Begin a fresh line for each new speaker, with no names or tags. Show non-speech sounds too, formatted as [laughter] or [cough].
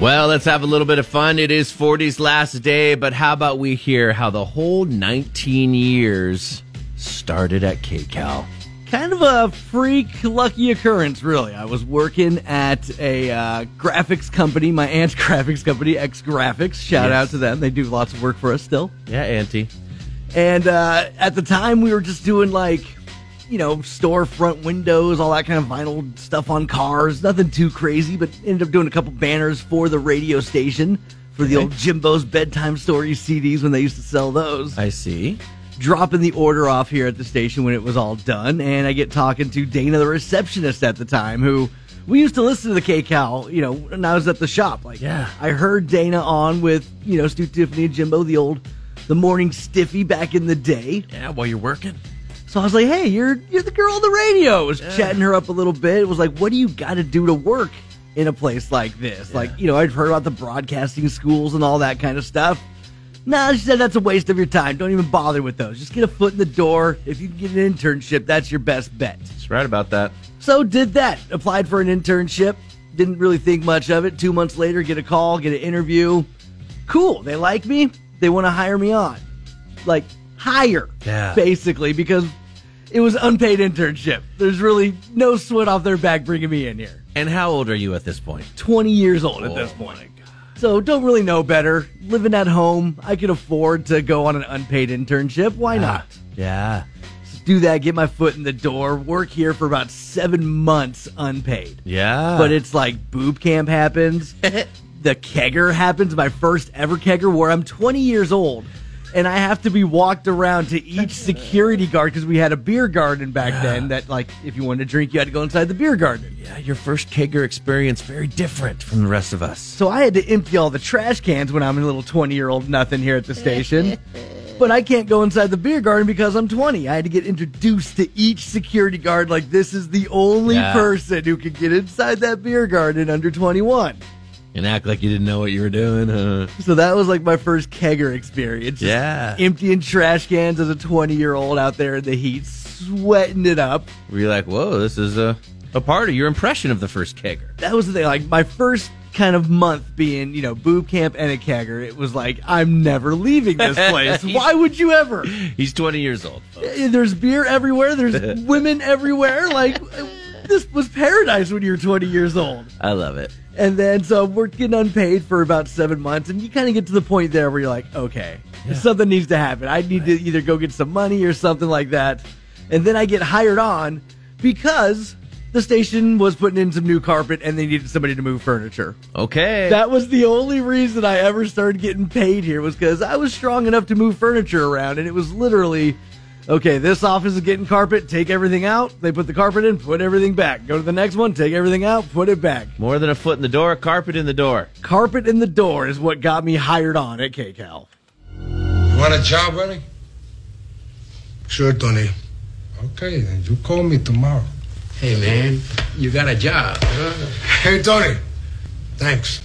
Well, let's have a little bit of fun. It is 40's last day, but how about we hear how the whole 19 years started at KCAL?
kind of a freak lucky occurrence really i was working at a uh, graphics company my aunt's [laughs] graphics company x graphics shout
Yes.
out to them they do lots of work for us still
Yeah, Auntie.
and uh, at the time we were just doing like you know storefront windows all that kind of vinyl stuff on cars nothing too crazy but ended up doing a couple banners for the radio station for the
Okay.
old jimbo's bedtime stories cds when they used to sell those
I see.
dropping the order off here at the station when it was all done, and I get talking to Dana, the receptionist at the time, who we used to listen to the KCAL, you know, when I was at the shop. Like,
Yeah.
I heard Dana on with, you know, Stu Tiffany and Jimbo, the old, the morning stiffy back in the day.
Yeah, while you're working.
So I was like, hey, you're you're the girl on the radio. I was chatting her up a little bit. It was like, what do you got to do to work in a place like this? Like, you know, I'd heard about the broadcasting schools and all that kind of stuff. Nah, she said that's a waste of your time. Don't even bother with those. Just get a foot in the door. If you can get an internship, that's your best bet.
She's right about that.
So did that. Applied for an internship. Didn't really think much of it. Two months later, get a call, get an interview. Cool. They like me. They want to hire me on. Like hire,
Yeah.
basically, because it was unpaid internship. There's really no sweat off their back bringing me in here.
And how old are you at this point?
20 years old at this
Oh,
point. So don't really know better. Living at home, I could afford to go on an unpaid internship.
Ah.
Why not?
Yeah.
Do that, get my foot in the door, work here for about seven months unpaid
Yeah.
but it's like boob camp happens. the kegger happens, my first ever kegger where I'm 20 years old and I have to be walked around to each security guard because we had a beer garden back then that like if you wanted to drink you had to go inside the beer garden.
[laughs] yeah, your first kegger experience very different from the rest of us.
So I had to empty all the trash cans when I'm a little 20 year old nothing here at the station. But I can't go inside the beer garden because I'm 20. I had to get introduced to each security guard like this is the only
Yeah.
person who could get inside that beer garden under 21.
And act like you didn't know what you were doing. Huh?
So that was like my first kegger experience. Just
Yeah.
Emptying trash cans as a 20 year old out there in the heat, sweating it up.
Were you like, whoa, this is a, a part of your impression of the first kegger?
That was the thing. Like my first kind of month being, you know, boob camp and a kegger, it was like, I'm never leaving this place. Why would you ever?
He's 20 years old. folks.
There's beer everywhere, there's women everywhere. Like, this was paradise when you were 20 years old.
I love it.
And then so we're getting unpaid for about seven months, and you kind of get to the point there where you're like, okay, something needs to happen. I need to either go get some money or something like that. And then I get hired on because the station was putting in some new carpet and they needed somebody to move furniture.
Okay.
That was the only reason I ever started getting paid here was because I was strong enough to move furniture around, and it was literally. Okay, this office is getting carpet. Take everything out. They put the carpet in, put everything back. Go to the next one, take everything out, put it back.
More than a foot in the door, carpet in the door.
Carpet in the door is what got me hired on at KCAL.
You want a job, Ronnie?
Sure, Tony.
Okay, then you call me tomorrow.
Hey, man, you got a job. Hey, Tony. Thanks.